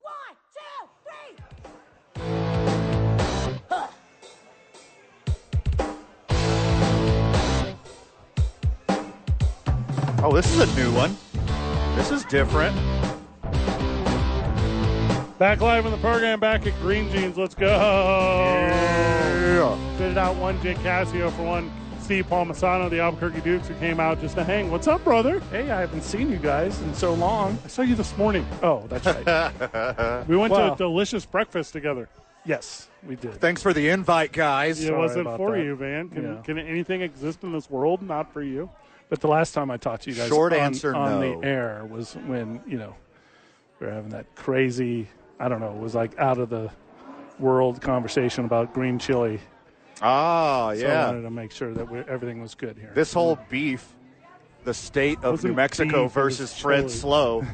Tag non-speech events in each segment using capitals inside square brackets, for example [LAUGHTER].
One, two, three. Oh, this is a new one. This is different. Back live in the program, back at Green Jeans. Let's go. Fitted out one Jake Casio for one Steve Palmasano, the Albuquerque Dukes, who came out just to hang. What's up, brother? Hey, I haven't seen you guys in so long. I saw you this morning. Oh, that's right. [LAUGHS] We went to Wow. a delicious breakfast together. yes, we did. Thanks for the invite, guys. it Sorry wasn't about for that. you, man. Can, Yeah. can anything exist in this world not for you? But the last time I talked to you guys Short on, answer, on no. the air was when, you know, we were having that crazy, I don't know, it was like out of the world conversation about green chili. Ah, So I yeah. wanted to make sure that we everything was good here. This whole beef, the state of New Wasn't Mexico beef, it was versus Fred [LAUGHS] chili. Slow,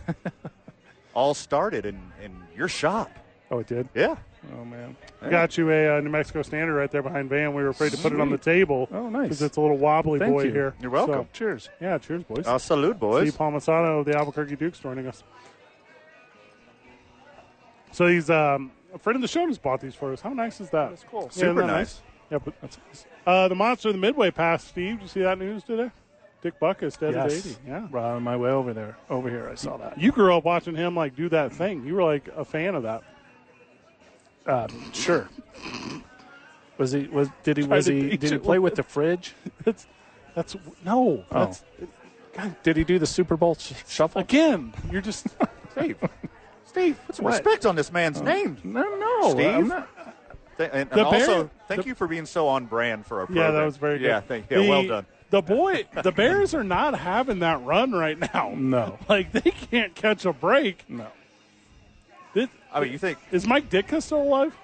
[LAUGHS] all started in, in your shop. oh, it did? Yeah. Oh, man. Got you a uh, New Mexico standard right there behind Van. We were afraid to put it on the table. Oh, nice. Because it's a little wobbly Thank boy you. here. You're welcome. So, cheers. Yeah, cheers, boys. Uh, salute, boys. Steve Palmasano of the Albuquerque Dukes joining us. So he's um, a friend of the show just bought these for us. How nice is that? That's cool. Super nice. Yeah, but that's uh, the monster of the Midway passed. Steve, did you see that news today? Dick Buckus dead at Yes. eighty. Yeah. Right on my way over there. Over here, I saw that. You grew up watching him like do that thing. You were like a fan of that. Um, sure. Was he? Was did he? Was to he? teach Did he it play with- with the [LAUGHS] fridge? That's that's no. Oh. That's God, did he do the Super Bowl sh- shuffle? again. You're just [LAUGHS] Steve. [LAUGHS] Steve, put some respect on this Uh, man's name. No, no, Steve? I'm not- Th- and and The also, Bear- thank you for being so on brand for our program. yeah. That was very good. Yeah, thank, yeah well The- done. The boy, the Bears are not having that run right now. No. like they can't catch a break. no. This, I mean, you think is Mike Ditka still alive?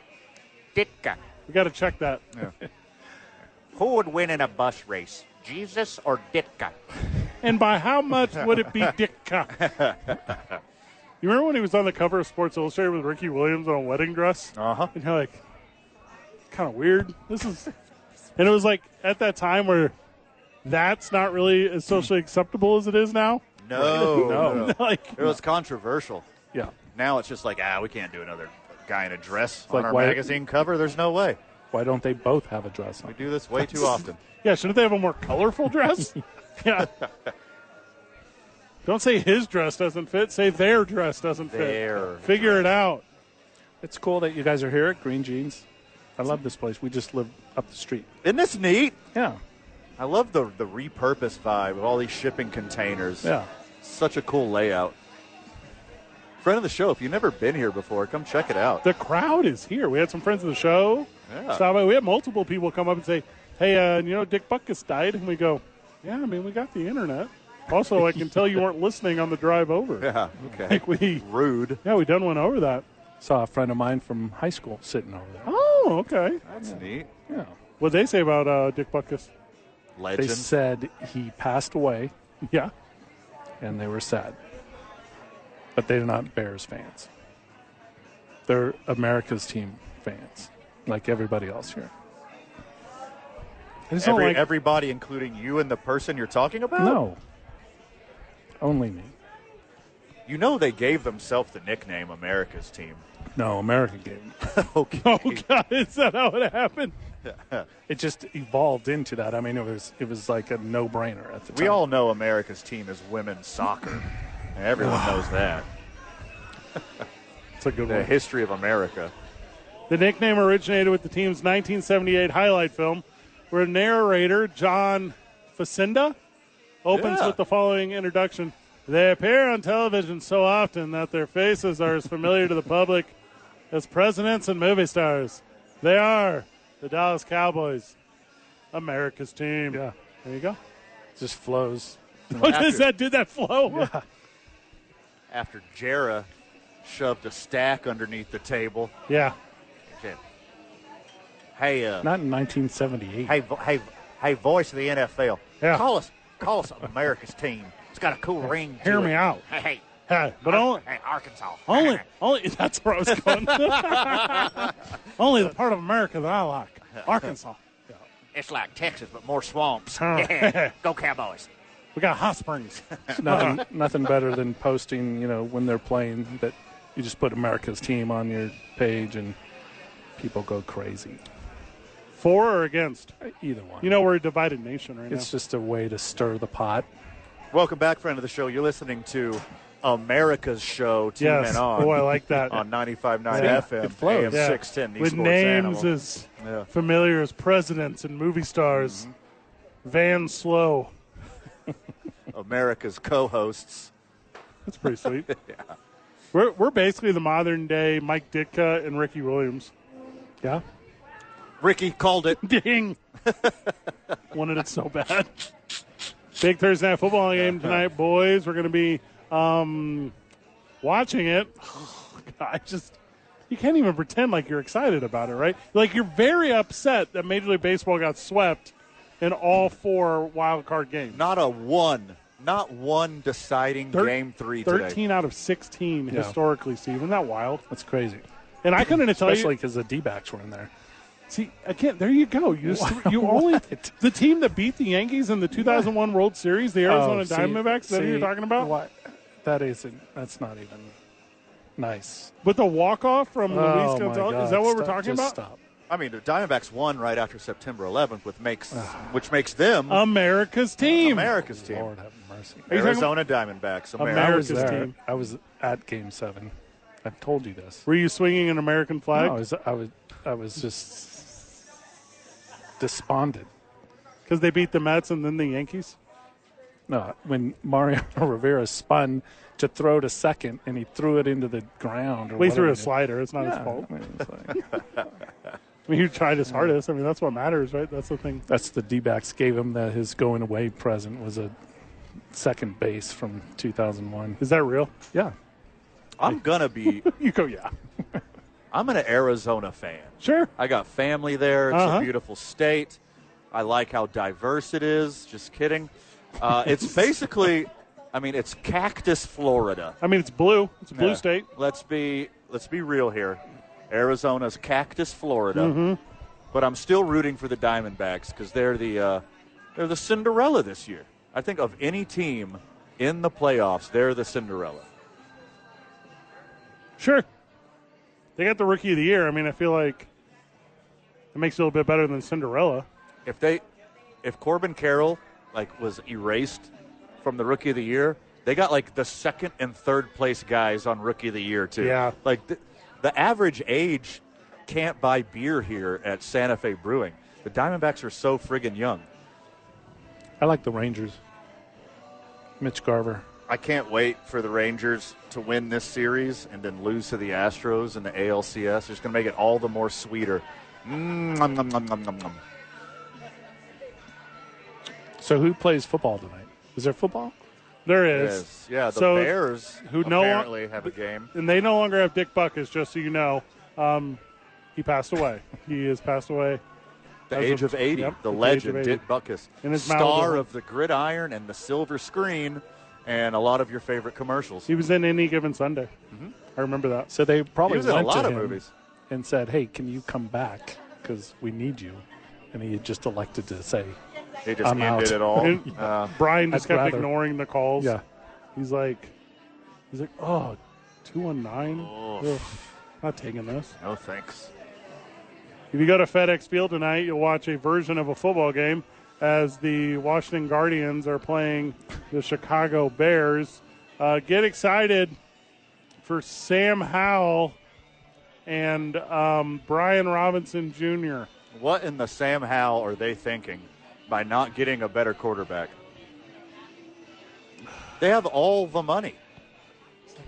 Ditka. We got to check that. Who would win in a bus race, Jesus or Ditka? And by how much would it [LAUGHS] be Ditka? you remember when he was on the cover of Sports Illustrated with Ricky Williams on a wedding dress? Uh-huh. And you're like, kind of weird. This is, and it was like at that time where that's not really as socially acceptable as it is now. [LAUGHS] [LAUGHS] no, no, no. like, It was controversial. [LAUGHS] Yeah. Now it's just like, ah, we can't do another guy in a dress on like, our why- magazine cover. There's no way. Why don't they both have a dress We on? do this way too often. yeah, shouldn't they have a more [LAUGHS] colorful dress? yeah. Don't say his dress doesn't fit. Say their dress doesn't Their fit. Figure it out. It's cool that you guys are here at Green Jeans. I love this place. We just live up the street. Isn't this neat? Yeah. I love the the repurposed vibe of all these shipping containers. Yeah. Such a cool layout. Friend of the show, if you've never been here before, come check it out. [LAUGHS] the crowd is here. We had some friends of the show. Yeah. Stop by. We had multiple people come up and say, "Hey, uh, you know, Dick Buckus died," and we go, "Yeah, I mean, we got the internet." Also, I can tell you [LAUGHS] weren't listening on the drive over. Yeah, okay. Like we, Rude. yeah, we done went over that. Saw a friend of mine from high school sitting over there. Oh, okay. That's neat. Yeah. What they say about uh, Dick Buckus? [LAUGHS] They Legend. said he passed away [LAUGHS] Yeah, and they were sad. But they're not Bears fans. They're America's team fans, like everybody else here. I just Every, don't like. everybody, including you and the person you're talking about? No. Only me. You know they gave themselves the nickname America's Team. [LAUGHS] No, America game. okay. oh God, is that how it happened? [LAUGHS] It just evolved into that. I mean, it was it was like a no brainer at the time. We all know America's Team is women's soccer. Everyone knows that. It's a good The one. history of America. The nickname originated with the team's 1978 highlight film, where narrator John Facinda opens Yeah. with the following introduction. They appear on television so often that their faces are as familiar to the public as presidents and movie stars. They are the Dallas Cowboys, America's team. Yeah. There you go. just flows. [LAUGHS] What does that do? That flow? After Jarrah shoved a stack underneath the table. [LAUGHS] Yeah. Shit. Hey, uh, Not in 1978. hey, vo- hey, hey, voice of the NFL. Yeah. Call us. Call us America's team. It's got a cool ring. to Hear me it. out. Hey, hey, Hey, but Ar- only, hey, Arkansas. [LAUGHS] only, only. [LAUGHS] That's where I was going. only the part of America that I like, Arkansas. It's like Texas, but more swamps. [LAUGHS] Huh. Go Cowboys. We got hot springs. Uh-huh. nothing, nothing better than posting, you know, when they're playing that you just put America's team on your page and people go crazy. [LAUGHS] For or against? Either one. You know we're a divided nation right it's just a way to stir the pot. Welcome back, friend of the show. You're listening to America's show, Team now. Yes. and On, Oh, I like that. [LAUGHS] on 95.9 Yeah. FM, It flows. AM Yeah. 610, the With sports names animal. as Yeah. familiar as presidents and movie stars. Mm-hmm. Van Slow. America's co-hosts. That's [LAUGHS] pretty sweet. We're we're basically the modern day Mike Ditka and Ricky Williams. Yeah. Ricky called [LAUGHS] it. [LAUGHS] Ding. Wanted it so bad. Big Thursday night football game tonight, boys. We're going to be um, watching it. [SIGHS] I just you can't even pretend like you're excited about it, right? Like you're very upset that Major League Baseball got swept in all four wild card games. Not a one, not one deciding Thir- game three today. 13 out of 16 Yeah. historically, Steve. Isn't that wild? That's crazy. And I couldn't tell you. Especially because the D backs were in there. See, again, there you go. You [LAUGHS] just, you only the team that beat the Yankees in the 2001 World Series, the Arizona Oh, see- Diamondbacks. Is that who see, you're talking about? why- that isn't, that's not even nice. With the walk off from Oh, Luis my Gonzalez. Is God. that what we're Stop- talking just about? Stop. I mean, the Diamondbacks won right after September 11th, which makes which makes them America's team. America's team. Lord have mercy. you talking- Arizona Diamondbacks. I America. was America's there. team. I was at Game Seven. I've told you this. Were you swinging an American flag? I was. I was. I was just despondent. Because they beat the Mets and then the Yankees. No, when Mario [LAUGHS] Rivera spun to throw to second, and he threw it into the ground. Or We threw a whatever slider. It's not it is. his fault. Yeah, I mean, it's like- [LAUGHS] I mean, he tried his hardest. I mean, that's what matters, right? That's the thing. that's the D-backs gave him that his going away present was a second base from 2001. Is that real? Yeah, I'm gonna be. You go, yeah. I'm an Arizona fan. Sure. I got family there. It's Uh-huh. a beautiful state. I like how diverse it is. Just kidding. Uh, it's basically, I mean, it's Cactus, Florida. I mean, it's blue. It's a blue Yeah. state. Let's be let's be real here. Arizona's Cactus, Florida. Mm-hmm. But I'm still rooting for the Diamondbacks because they're the uh, they're the Cinderella this year. I think of any team in the playoffs, they're the Cinderella. Sure. They got the rookie of the year. I mean, I feel like it makes it a little bit better than Cinderella. If they if Corbin Carroll like was erased from the Rookie of the Year, they got like the second and third place guys on Rookie of the Year too. Yeah. like th- the average age can't buy beer here at Santa Fe Brewing. The Diamondbacks are so friggin' young. I like the Rangers. Mitch Garver. I can't wait for the Rangers to win this series and then lose to the Astros in the ALCS. It's going to make it all the more sweeter. Mm, nom, nom, nom, nom, nom, nom. So who plays football tonight? Is there football? There is. Yes. Yeah, the So- Bears who no- apparently have a game. And they no longer have Dick Buckus, just so you know. Um, he passed away. he has passed away. The As age of- of 80, yep, the at the legend, age of 80. Dick Buckus, In his star Malibu. of the gridiron and the silver screen and a lot of your favorite commercials. He was in any given Sunday. I remember that. So they probably He was in a went to lot of him movies. and said, "Hey, can you come back? Because we need you." And he had just elected to say, They just I'm ended out. it all. [LAUGHS] And Uh, Brian just I'd kept rather- ignoring the calls. "Yeah, He's like, he's like, oh, 219? Ugh, Not taking this. no thanks. If you go to FedEx Field tonight, you'll watch a version of a football game as the Washington Guardians are playing the Chicago Bears. Uh, get excited for Sam Howell and um, Brian Robinson Jr. What in the Sam Howell are they thinking by not getting a better quarterback? They have all the money.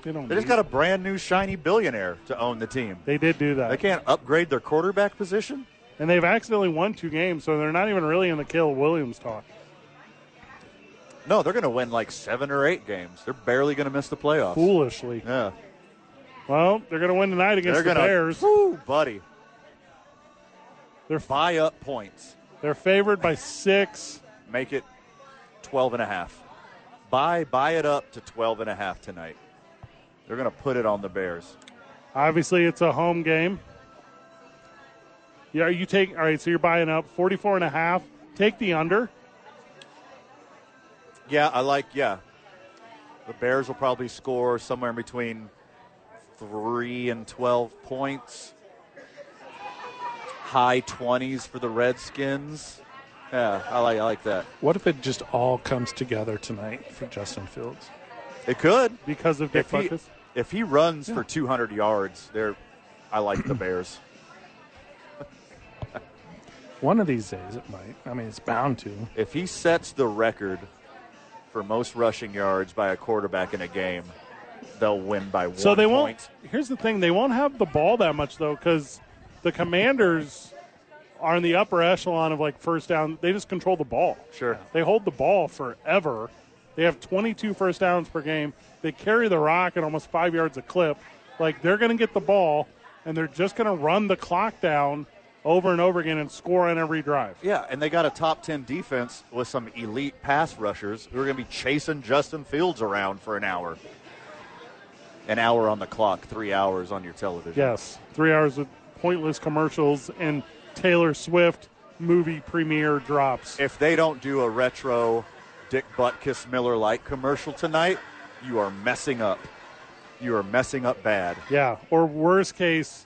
They don't. They just need- got a brand new shiny billionaire to own the team. They did do that, They can't upgrade their quarterback position. and they've accidentally won two games, so they're not even really in the Caleb Williams talk. No, they're going to win like seven or eight games. They're barely going to miss the playoffs. Foolishly, Yeah, well, they're going to win tonight against they're the going Bears. Woo, buddy. They're Buy up points. They're favored by six. Make it 12 and a half. Buy buy it up to 12 and a half tonight. They're going to put it on the Bears. Obviously, it's a home game. Yeah, are you taking? All right, so you're buying up 44 and a half. Take the under. Yeah, I like yeah. The Bears will probably score somewhere in between 3 and 12 points. High 20s for the Redskins. Yeah, I like I like that. What if it just all comes together tonight for Justin Fields? It could. because of Dick If he, Buckus. if he runs for 200 yards, there I like the Bears. One of these days it might. I mean, it's bound to. If he sets the record for most rushing yards by a quarterback in a game, they'll win by one So they point. won't. Here's the thing: they won't have the ball that much though, because the Commanders are in the upper echelon of like first down. They just control the ball. Sure. They hold the ball forever. They have 22 first downs per game. They carry the rock at almost five yards a clip. Like they're going to get the ball, and they're just going to run the clock down over and over again and score on every drive. Yeah, and they got a top 10 defense with some elite pass rushers who are going to be chasing Justin Fields around for an hour. An hour on the clock, three hours on your television. Yes, three hours of pointless commercials and Taylor Swift movie premiere drops. If they don't do a retro Dick Butkus Miller Lite commercial tonight, you are messing up. You are messing up bad. Yeah, or worst case.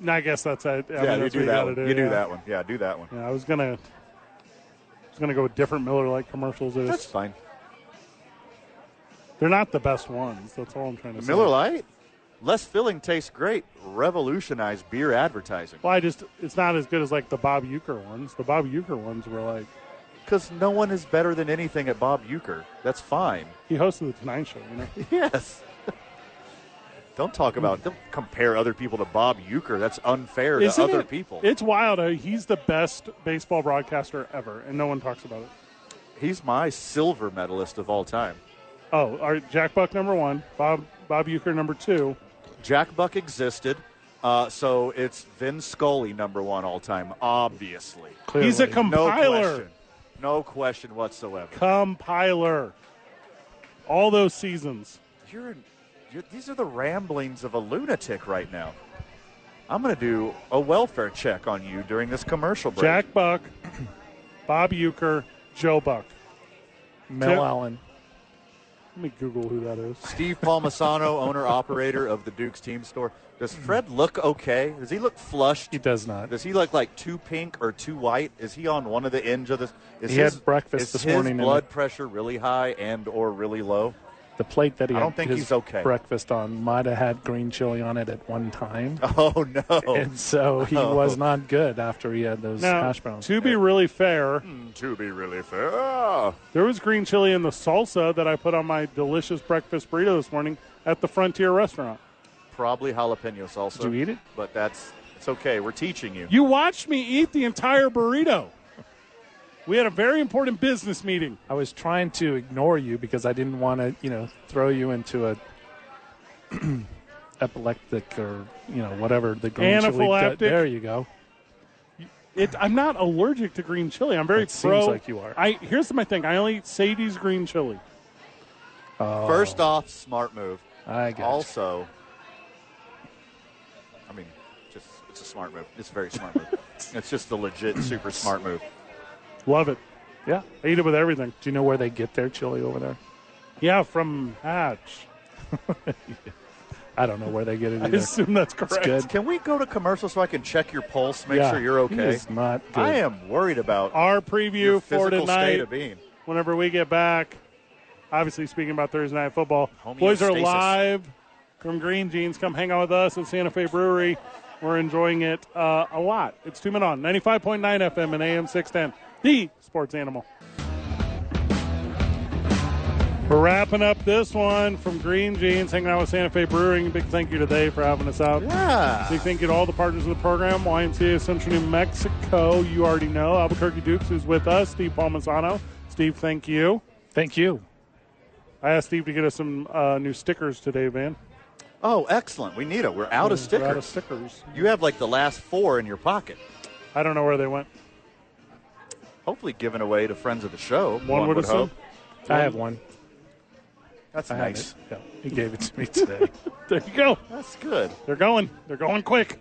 No, I guess that's it. I mean, yeah, you that's do what that gotta one. Do, you do yeah. that one. Yeah, do that one. Yeah, I was gonna, I was gonna go with different Miller Lite commercials. They're, That's just, fine. they're not the best ones. That's all I'm trying to say. Miller Lite, less filling tastes great. Revolutionized beer advertising. Well, I just it's not as good as like the Bob Euchre ones. The Bob Euchre ones were like Because no one is better than anything at Bob Euchre. That's [LAUGHS] fine. he hosted the Tonight Show. You know, Yes. [LAUGHS] Don't talk about. Don't compare other people to Bob Euchre. That's unfair to Isn't other it- people. It's wild. uh, He's the best baseball broadcaster ever, and no one talks about it. He's my silver medalist of all time. Oh, all right, Jack Buck number one, Bob Bob Euchre number two. Jack Buck existed, uh, so it's Vin Scully number one all time. Obviously, Clearly. He's a no compiler. question, no question whatsoever. compiler. All those seasons. You're, you're, these are the ramblings of a lunatic right now. I'm going to do a welfare check on you during this commercial break. Jack [CLEARS THROAT] Buck, Bob Euchre, Joe Buck. Mel Tim- Allen. Let me Google who that is. Steve Palmisano, owner operator of the Duke's Team Store. Does Fred look okay? Does he look flushed? He does not. Does he look like too pink or too white? Is he on one of the ends of this? Is He had breakfast is this his morning and- Blood pressure really high and or really low. [LAUGHS] The plate that he I had don't think his he's okay. breakfast on might have had green chili on it at one time. Oh no! And so [LAUGHS] he Oh. was not good after he had those Now, hash browns. Hmm. to be really fair, to be really fair, there was green chili in the salsa that I put on my delicious breakfast burrito this morning at the Frontier restaurant. probably jalapeno salsa. Did you eat it? But that's it's okay. We're teaching you. You watched me eat the entire burrito. We had a very important business meeting. I was trying to ignore you because I didn't want to, you know, throw you into a [CLEARS THROAT] epileptic or you know whatever the green chili. Anaphylactic. There you go. It, I'm not allergic to green chili. I'm very It seems pro. like you are. I here's my thing. I only eat Sadie's green chili. Oh. First off, smart move. I got you. also, I mean, just it's a smart move. It's a very smart [LAUGHS] move. it's just the legit super smart move. Love it. Yeah. I eat it with everything. Do you know where they get their chili over there? Yeah, from Hatch. I don't know where [LAUGHS] they get it I either. assume that's correct. It's good. Can we go to commercial so I can check your pulse, make Yeah, sure you're he okay? is not good. I am worried about Our your preview for physical state tonight, of being. whenever we get back, obviously speaking about Thursday Night Football, boys are Homeostasis. live from Green Jeans. Come hang out with us at Santa Fe Brewery. We're enjoying it uh, a lot. It's Two Men On, 95.9 FM and AM 610, the sports animal. We're wrapping up this one from Green Jeans, hanging out with Santa Fe Brewing. Big thank you today for having us out. Yeah. Big thank you to all the partners of the program, YMCA Central New Mexico, you already know, Albuquerque Dukes is with us, Steve Palmisano. Steve, thank you. Thank you. I asked Steve to get us some uh, new stickers today, Van. Oh, excellent. We need it. We're out of Mm, We're stickers. out of stickers. You have like the last four in your pocket. I don't know where they went. hopefully given away to friends of the show. One would assume. hope. I have one. That's I have nice. it. Yeah, he gave it to [LAUGHS] me today. There you go. That's good. They're going. They're going quick.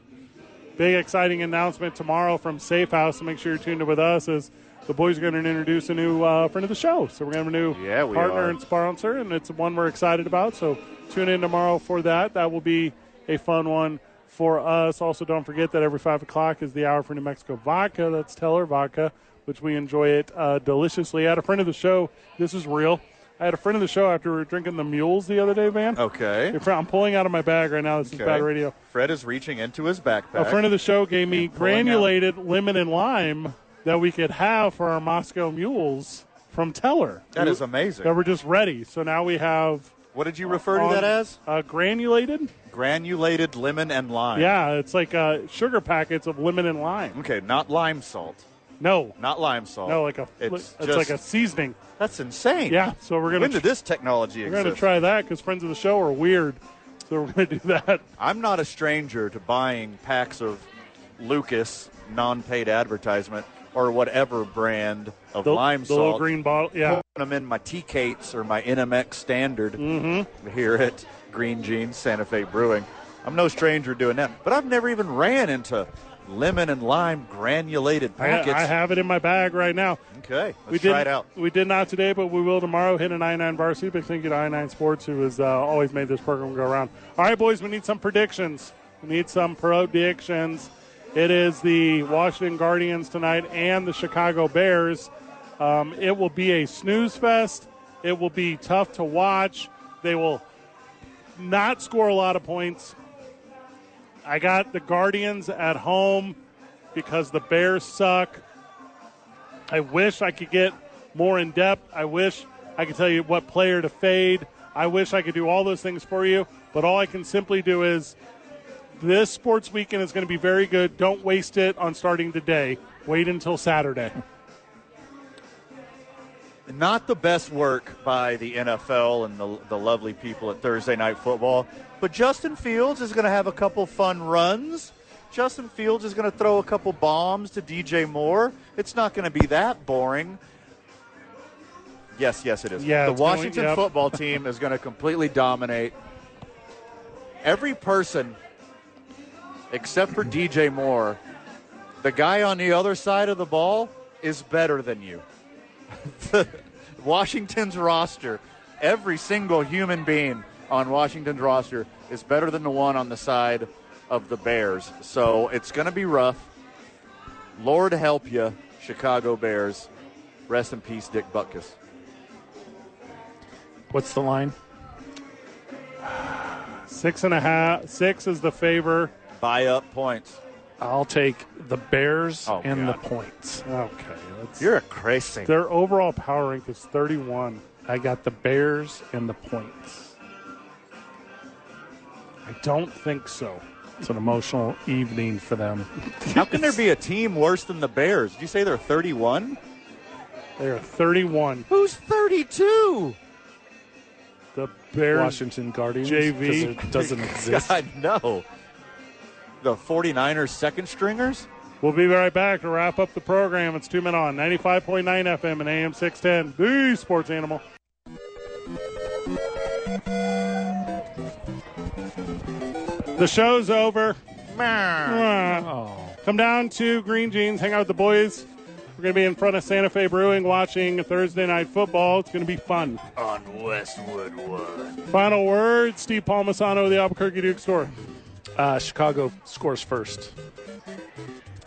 Big exciting announcement tomorrow from Safe House. So make sure you're tuned in with us as the boys are going to introduce a new uh, friend of the show. So we're going to have a new Yeah, we partner are. and sponsor, and it's one we're excited about. So tune in tomorrow for that. That will be a fun one for us. Also, don't forget that every five o'clock is the hour for New Mexico vodka. That's Teller vodka, which we enjoy it uh, deliciously. I had a friend of the show. This is real. I had a friend of the show after we were drinking the mules the other day, Van. Okay. Your friend- I'm pulling out of my bag right now. This is Okay. bad radio. Fred is reaching into his backpack. A friend of the show gave me pulling out. granulated lemon and lime that we could have for our Moscow mules from Teller. that is amazing. That were just ready. So now we have What did you refer to on- that as? uh, granulated. Granulated lemon and lime. Yeah, it's like uh, sugar packets of lemon and lime. Okay, not lime salt. No, Not lime salt. no, like a It's, it's just, like a seasoning. That's insane. Yeah, so we're gonna When did this technology we're exist? gonna try that because friends of the show are weird. So we're gonna do that. I'm not a stranger to buying packs of Lucas non-paid advertisement or whatever brand of The, lime the salt. little green bottle. Yeah, Putting them in my T Cates or my NMX standard Mm-hmm. here at Green Jeans Santa Fe Brewing. I'm no stranger doing that, but I've never even ran into lemon and lime granulated I, packets. I have it in my bag right now. Okay, let's we did try it out. We did not today, but we will tomorrow. Hit an I9 varsity. Big thank you to I9 Sports, who has uh, always made this program go around. All right, boys, we need some predictions. We need some predictions. It is the Washington Guardians tonight and the Chicago Bears. Um, it will be a snooze fest. It will be tough to watch. They will not score a lot of points. I got the Guardians at home because the Bears suck. I wish I could get more in depth. I wish I could tell you what player to fade. I wish I could do all those things for you, but all I can simply do is this sports weekend is going to be very good. Don't waste it on starting today. Wait until Saturday. Not the best work by the NFL and the, the lovely people at Thursday Night Football, but Justin Fields is going to have a couple fun runs. Justin Fields is going to throw a couple bombs to DJ Moore. It's not going to be that boring. Yes, yes, it is. Yeah, the it's going- Washington yep. football team is going to completely dominate. Every person except for DJ Moore, the guy on the other side of the ball is better than you. [LAUGHS] Washington's roster, every single human being on Washington's roster is better than the one on the side of the Bears. So it's going to be rough. Lord help you, Chicago Bears. Rest in peace, Dick Butkus. What's the line? Six and a half. Six is the favor. Buy up points. I'll take the Bears Oh, and God. the points. Okay. That's, You're a crazy. their overall power rank is 31. I got the Bears and the points. I don't think so. It's an emotional evening for them. How can there be a team worse than the Bears? Did you say they're 31? They are 31. Who's [LAUGHS] 32? The Bears. Washington Guardians? JV. 'Cause [LAUGHS] It doesn't exist. God, no. The 49ers second stringers? We'll be right back to wrap up the program. It's two men on 95.9 FM and AM 610, the sports animal. The show's over. Come down to Green Jeans, hang out with the boys. We're going to be in front of Santa Fe Brewing watching Thursday night football. It's going to be fun. On Westwood One. Final word Steve Palmisano of the Albuquerque Duke store. Uh, Chicago scores first.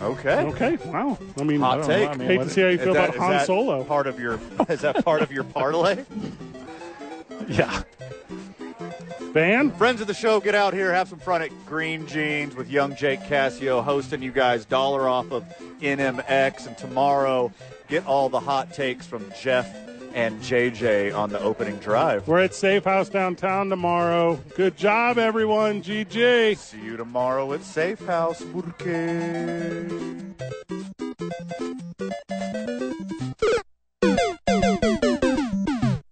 Okay. Okay, wow. I mean, Hot I take. don't know. hate to [LAUGHS] see how you Is feel that- about is Han that Solo. Part of your is that part of your [LAUGHS] parlay? Yeah. Van? Friends of the show, get out here, have some fun at Green Jeans with young Jake Cassio hosting you guys dollar off of NMX, and tomorrow get all the hot takes from Jeff and JJ on the opening drive. We're at Safe House downtown tomorrow. Good job, everyone. GG. See you tomorrow at Safe House. Burke.